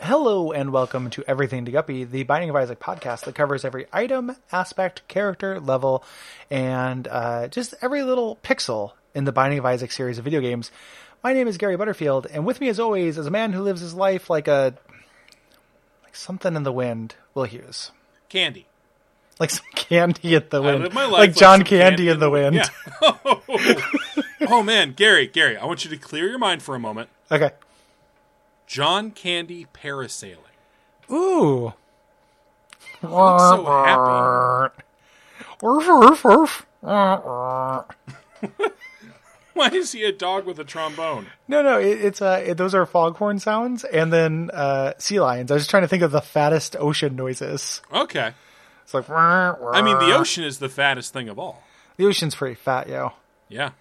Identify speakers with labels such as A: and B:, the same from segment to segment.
A: Hello and welcome to Everything to Guppy, the Binding of Isaac podcast that covers every item, aspect, character, level, and uh, just every little pixel in the Binding of Isaac series of video games. My name is Gary Butterfield, and with me, as always, is a man who lives his life like a like something in the wind. Will Hughes,
B: Candy.
A: like some candy in the
B: I
A: wind,
B: live my life
A: like John
B: some
A: Candy in the wind.
B: Yeah. oh man, Gary, Gary, I want you to clear your mind for a moment.
A: Okay.
B: John Candy parasailing.
A: Ooh.
B: so happy.
A: Woof, woof, woof. No,
B: Why is he a dog with a trombone?
A: no, it, it's uh, it, those are foghorn sounds, and then uh, sea lions. I was just trying to think of the fattest ocean noises.
B: Okay.
A: It's like I
B: I mean, the ocean is the fattest thing of all.
A: the ocean's pretty fat, yo.
B: Yeah.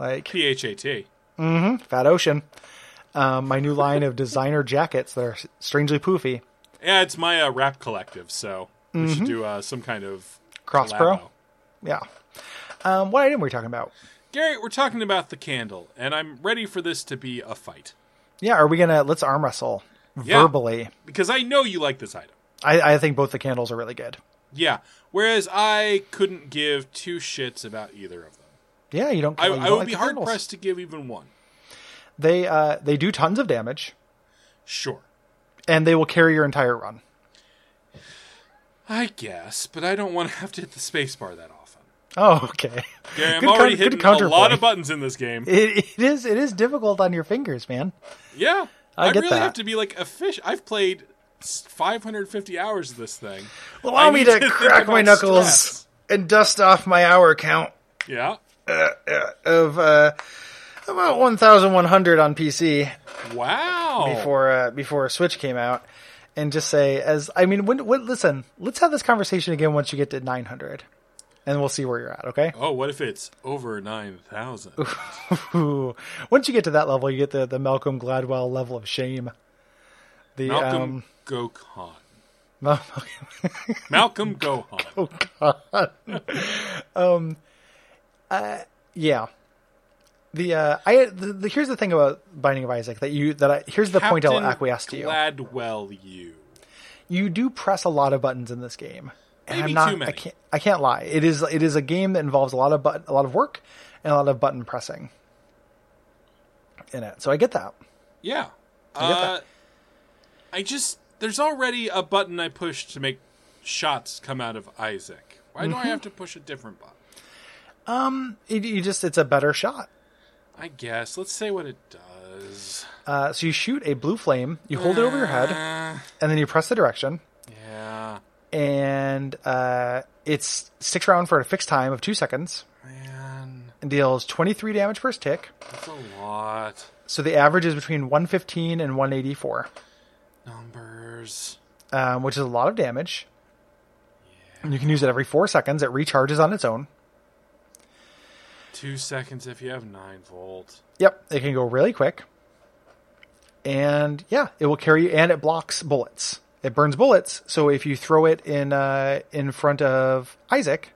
A: Like
B: P H A T.
A: fat ocean. Um, my new line of designer jackets that are strangely poofy.
B: Yeah, it's my uh, rap collective, so we should do uh, some kind of
A: Cross
B: collabo.
A: pro? Yeah. Um, what item were we talking about?
B: Gary, we're talking about the candle, and I'm ready for this to be a fight
A: Yeah, are we gonna let's arm wrestle
B: Yeah.
A: verbally?
B: because I know you like this item.
A: I, I think both the candles are really good.
B: Yeah. Whereas I couldn't give two shits about either of them.
A: Yeah, you don't.
B: I,
A: you don't
B: I would
A: like
B: be
A: the
B: hard
A: candles.
B: pressed to give even one.
A: They uh, they do tons of damage,
B: Sure.
A: and they will carry your entire run.
B: I guess, but I don't want to have to hit the spacebar that often.
A: Oh, okay.
B: Gary, I'm
A: Good
B: already
A: coun- good
B: hitting a lot
A: counterpoint.
B: of buttons in this game.
A: It, it is it is difficult on your fingers, man.
B: Yeah.
A: I get
B: really
A: that.
B: have to be like a fish. I've played s- 550 hours of this thing.
A: Allow
B: I
A: me
B: need
A: to
B: think
A: crack my
B: about
A: knuckles
B: stress.
A: and dust off my hour count
B: Yeah.
A: of uh, about one thousand one hundred on PC
B: Wow.
A: before uh, before Switch came out, and just say as I mean, when, when, listen, let's have this conversation again once you get to nine hundred, and we'll see where you're at. Okay.
B: Oh, what if it's over 9,000?
A: Ooh. Once you get to that level, you get the, the Malcolm Gladwell level of shame. The
B: Malcolm
A: um,
B: Gokhan.
A: Mal-
B: Malcolm Gohan.
A: yeah. The uh, I the, the, here's the thing about Binding of Isaac that you that I, here's the point I'll
B: Captain
A: acquiesce to you.
B: Gladwell, you.
A: you do press a lot of buttons in this game. And
B: Maybe
A: I'm not,
B: too many.
A: I can't I can't lie. It is it is a game that involves a lot of but, a lot of work and a lot of button pressing in it. So I get that.
B: Yeah.
A: get
B: Uh, I just there's already a button I push to make shots come out of Isaac. Why
A: Mm-hmm.
B: do I have to push a different button?
A: You- you just it's a better shot.
B: I guess. Let's say what it does.
A: Uh, so you shoot a blue flame, you hold it over your head, and then you press the direction,
B: Yeah.
A: and uh, it sticks around for a fixed time of two seconds
B: Man,
A: and deals 23 damage per tick.
B: that's a lot.
A: So the average is between 115 and 184,
B: Numbers.
A: um, which is a lot of damage. And you can use it every four seconds. It recharges on its own.
B: Two seconds if you have nine volt.
A: Yep, it can go really quick. And yeah, it will carry you, and it blocks bullets. It burns bullets, so if you throw it in uh, in front of Isaac,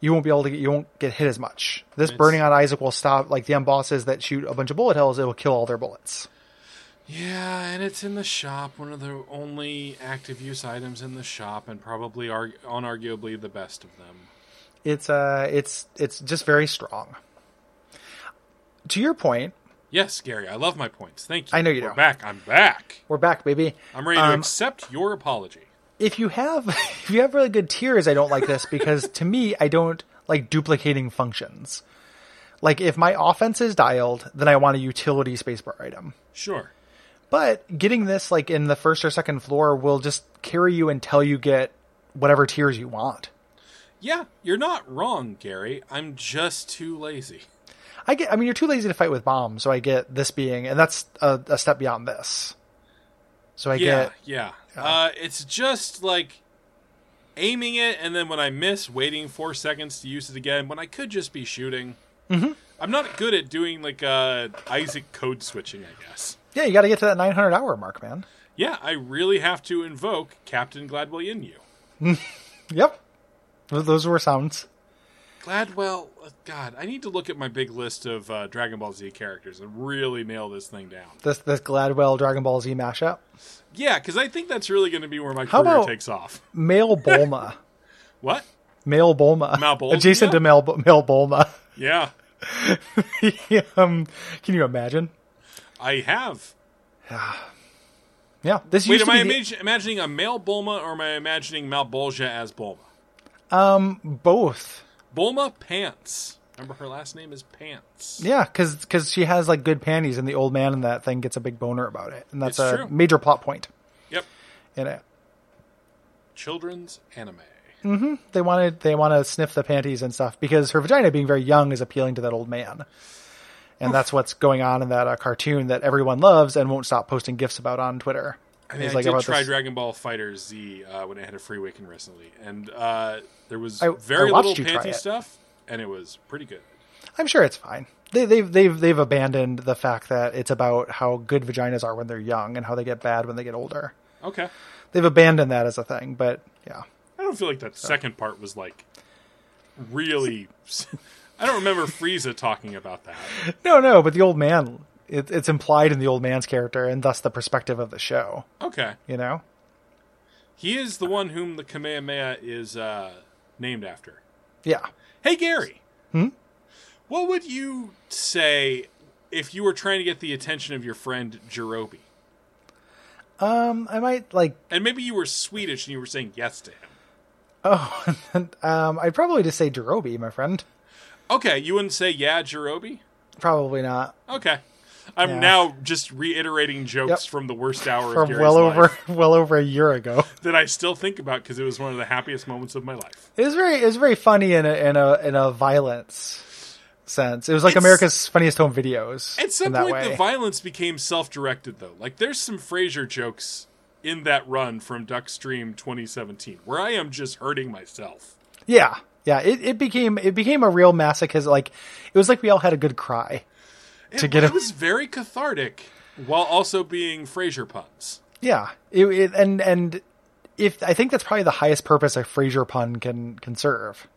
A: you won't be able to get, you won't get hit as much. This burning on Isaac will stop like the bosses that shoot a bunch of bullet hells. It will kill all their bullets.
B: Yeah, and it's in the shop, one of the only active use items in the shop, and probably arg- unarguably the best of them.
A: It's uh, it's it's just very strong. To your point,
B: Yes, Gary, I love my points. Thank you.
A: I know you
B: We're
A: do.
B: back. I'm back.
A: we're back, baby.
B: I'm ready to
A: Um,
B: accept your apology.
A: if you have if you have really good tiers, I don't like this because to me, I don't like duplicating functions. Like if my offense is dialed, then I want a utility spacebar item.
B: Sure.
A: But getting this like in the first or second floor will just carry you until you get whatever tiers you want.
B: Yeah, you're not wrong, Gary. I'm just too lazy.
A: I get I mean you're too lazy to fight with bombs, so I get this being and that's a, a step beyond this. So I
B: Yeah,
A: get
B: yeah. Uh, it's just like aiming it, and then when I miss, waiting four seconds to use it again when I could just be shooting. Mm-hmm. I'm not good at doing like uh, Isaac code switching, I guess.
A: Yeah, you gotta get to that nine hundred hour mark, man.
B: Yeah, I really have to invoke Captain Gladwell in you.
A: Yep. Those those were sounds.
B: Gladwell, uh, God, I need to look at my big list of uh, Dragon Ball Z characters and really nail this thing down.
A: This this Gladwell Dragon Ball Z mashup.
B: Yeah, because I think that's really going to be where my
A: How
B: career
A: about-
B: takes off.
A: Male Bulma.
B: What?
A: Male Bulma.
B: Mal Bulma,
A: Adjacent
B: yeah.
A: to male, Bu- male Bulma.
B: Yeah,
A: um, can you imagine?
B: I have.
A: Yeah. This
B: Wait,
A: used
B: am
A: to
B: I
A: be the-
B: imag- imagining a male Bulma or am I imagining Malbolgia as Bulma?
A: both.
B: Bulma Pants. Remember her last name is Pants.
A: Yeah, because she has like good panties, and the old man in that thing gets a big boner about it, and that's
B: It's
A: a
B: true.
A: major plot point
B: Yep.
A: in it.
B: Children's anime.
A: They wanted they want to sniff the panties and stuff because her vagina being very young is appealing to that old man, and that's what's going on in that uh, cartoon that everyone loves and won't stop posting gifs about on Twitter.
B: I, mean,
A: It's
B: I did
A: about
B: try
A: this-
B: Dragon Ball Fighter Z uh, when it had a free weekend recently, and uh, there was
A: I- I
B: very
A: watched
B: little
A: you try
B: panty
A: it.
B: stuff, and it was pretty good.
A: I'm sure it's fine. They, they've they've they've abandoned the fact that it's about how good vaginas are when they're young and how they get bad when they get older.
B: Okay.
A: They've abandoned that as a thing, but yeah,
B: I don't feel like that second part was like really. I don't remember Frieza talking about that.
A: no, no. But the old man, it, it's implied in the old man's character and thus the perspective of the show.
B: Okay.
A: You know,
B: He is the one whom the Kamehameha is uh, named after.
A: yeah.
B: Hey, Gary. Hmm? What would you say if you were trying to get the attention of your friend Jirobi?
A: Um, I might like.
B: And maybe you were Swedish and you were saying yes to him.
A: Oh, um, I'd probably just say Jerobi, my friend.
B: Okay, you wouldn't say yeah, Jirobi?
A: Probably not.
B: Okay. I'm
A: Yeah.
B: now just reiterating jokes
A: Yep.
B: from the worst hour of
A: From
B: Gary's
A: well
B: life
A: over well over a year ago.
B: that I still think about because it was one of the happiest moments of my life.
A: It was very it was very funny in a in a in a violence sense. It was like
B: It's-
A: America's funniest home videos.
B: At some
A: in that
B: point,
A: way.
B: the violence became self-directed, though. Like, there's some Frasier jokes in that run from Duckstream 2017 where I am just hurting myself.
A: yeah. Yeah, it, it became it became a real masochism. Like it was like we all had a good cry.
B: it,
A: get
B: it
A: a-
B: was very cathartic while also being Frasier puns.
A: Yeah, it, it, and and if I think that's probably the highest purpose a Frasier pun can can serve.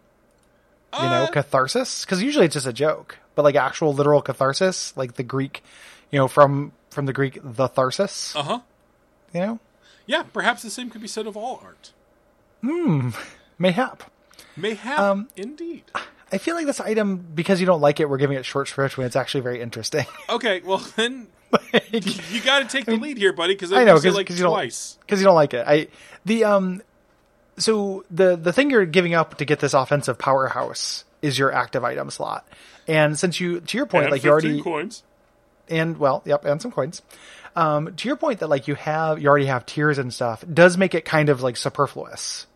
A: You know,
B: Uh,
A: catharsis, because usually it's just a joke, but like actual literal catharsis, like the Greek, you know, from from the Greek the tharsis.
B: Uh huh.
A: You know,
B: Yeah, perhaps the same could be said of all art.
A: mayhap.
B: Mayhap,
A: Um,
B: indeed.
A: I feel like this item because you don't like it, we're giving it short shrift when it's actually very interesting.
B: Okay, well then
A: Because
B: you got to take the lead here, buddy, because I,
A: I know,
B: used it
A: 'cause-
B: like
A: 'cause you don't-
B: twice.
A: you don't like it. I the um, so the the thing you're giving up to get this offensive powerhouse is your active item slot, and since you to your point,
B: And
A: like you
B: 15
A: already
B: coins.
A: and well, yep, and some coins. Um, to your point that like you have you already have tiers and stuff does make it kind of like superfluous.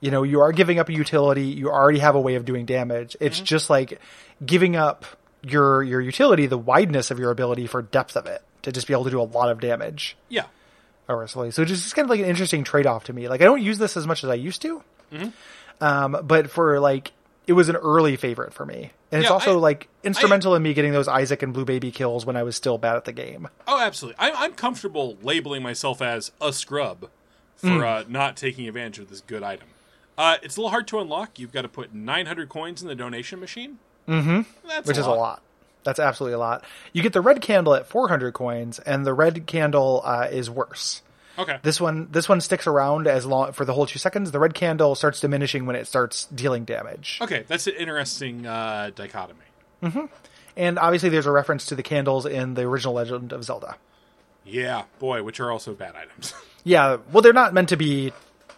A: You know, you are giving up a utility. You already have a way of doing damage. It's just like giving up your your utility, the wideness of your ability for depth of it to just be able to do a lot of damage
B: Yeah.
A: originally. So it's just kind of like an interesting trade off to me. Like I don't use this as much as I used to,
B: Mm-hmm.
A: um, but for like it was an early favorite for me, and it's
B: Yeah,
A: also
B: I-
A: like instrumental in me getting those Isaac and Blue Baby kills when I was still bad at the game.
B: Oh, absolutely. I'm, I'm comfortable labeling myself as a scrub for
A: Hmm.
B: uh, not taking advantage of this good item. Uh, it's a little hard to unlock. You've got to put 900 coins in the donation machine. Mm-hmm. That's
A: which is a lot. That's absolutely a lot. You get the red candle at 400 coins, and the red candle uh, is worse.
B: Okay.
A: This one, this one sticks around as long for the whole two seconds. The red candle starts diminishing when it starts dealing damage,
B: Okay, that's an interesting uh, dichotomy.
A: and obviously there's a reference to the candles in the original Legend of Zelda.
B: Yeah, boy, which are also bad items.
A: Yeah, well, they're not meant to be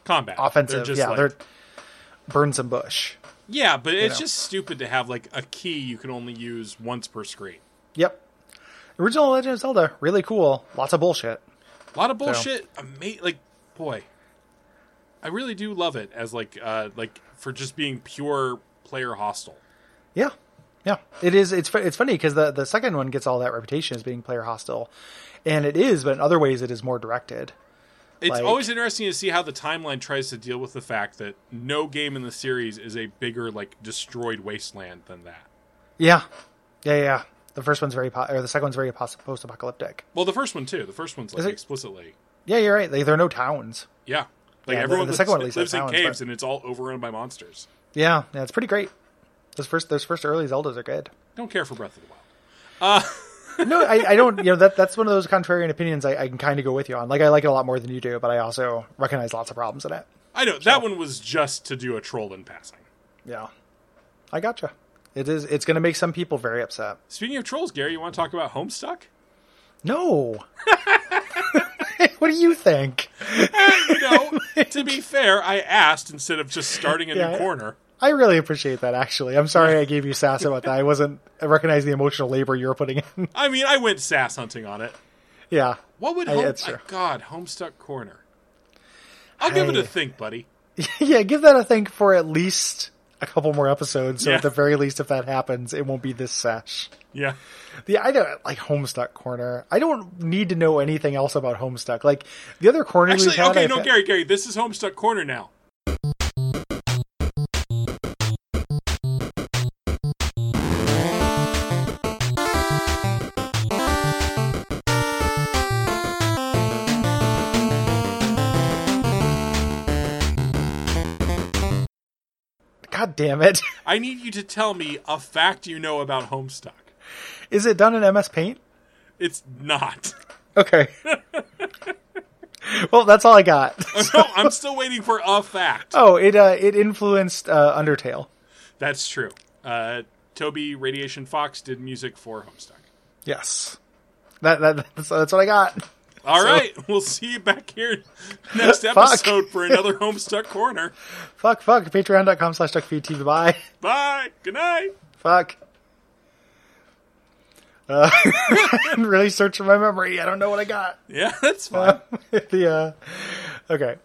B: Combat
A: offensive.
B: They're just
A: yeah,
B: like-
A: they're burn some bush.
B: yeah, but it's
A: know.
B: just stupid to have like a key you can only use once per screen.
A: Yep. Original Legend of Zelda, really cool. Lots of bullshit.
B: A lot of bullshit. Ama- like, boy, I really do love it as like uh, like for just being pure player hostile.
A: Yeah, yeah. It is. It's fu- it's funny because the the second one gets all that reputation as being player hostile, and it is, but in other ways it is more directed.
B: It's
A: Like-
B: always interesting to see how the timeline tries to deal with the fact that no game in the series is a bigger like destroyed wasteland than that.
A: Yeah, yeah, yeah, yeah. The first one's very po- or the second one's very post apocalyptic.
B: Well, the first one too. The first one's like
A: it-
B: explicitly
A: Yeah, you're right. Like, there are no towns.
B: Yeah.
A: Yeah,
B: Like
A: the-
B: everyone
A: the
B: lives,
A: second one at least
B: lives
A: has
B: in
A: towns,
B: caves
A: but-
B: and it's all overrun by monsters.
A: Yeah, yeah. It's pretty great. Those first those first early Zeldas are good.
B: Don't care for Breath of the Wild. Uh,
A: no, I, I don't. You know that that's one of those contrarian opinions I, I can kind of go with you on. Like I like it a lot more than you do, but I also recognize lots of problems in it.
B: I know that one was just to do a troll in passing.
A: Yeah, I gotcha. It is. It's going to make some people very upset.
B: Speaking of trolls, Gary, you want to talk about Homestuck?
A: No. what do you think?
B: You know, to be fair, I asked instead of just starting a
A: Yeah.
B: new corner.
A: I really appreciate that. Actually, I'm sorry I gave you sass about that. I wasn't I recognize the emotional labor you're putting in.
B: I mean, I went sass hunting on it.
A: yeah,
B: What would
A: I-
B: home-
A: that's
B: my
A: true.
B: God Homestuck corner? I'll give it
A: I-
B: a think, buddy.
A: yeah. Give that a think for at least a couple more episodes. So
B: Yeah.
A: at the very least, if that happens, it won't be this sesh.
B: Yeah,
A: The I don't like Homestuck Corner. I don't need to know anything else about Homestuck. Like the other corners we've
B: actually,
A: had,
B: okay,
A: I've
B: no,
A: had-
B: Gary, Gary, this is Homestuck corner now.
A: God damn it!
B: I need you to tell me a fact you know about Homestuck.
A: Is it done in MS Paint?
B: It's not.
A: Okay. well, that's all I got.
B: no, I'm still waiting for a fact.
A: oh, it uh, it influenced uh, Undertale.
B: That's true. Uh, Toby Radiation Fox did music for Homestuck.
A: Yes. That, that that's, that's what I got.
B: All right, we'll see you back here next episode for another Homestuck corner.
A: Fuck, fuck. Patreon.com slash DuckFeedTV. Bye.
B: Bye. Good night.
A: Fuck. Uh, I didn't really search for my memory. I don't know what I got.
B: Yeah, that's fine.
A: the uh, okay.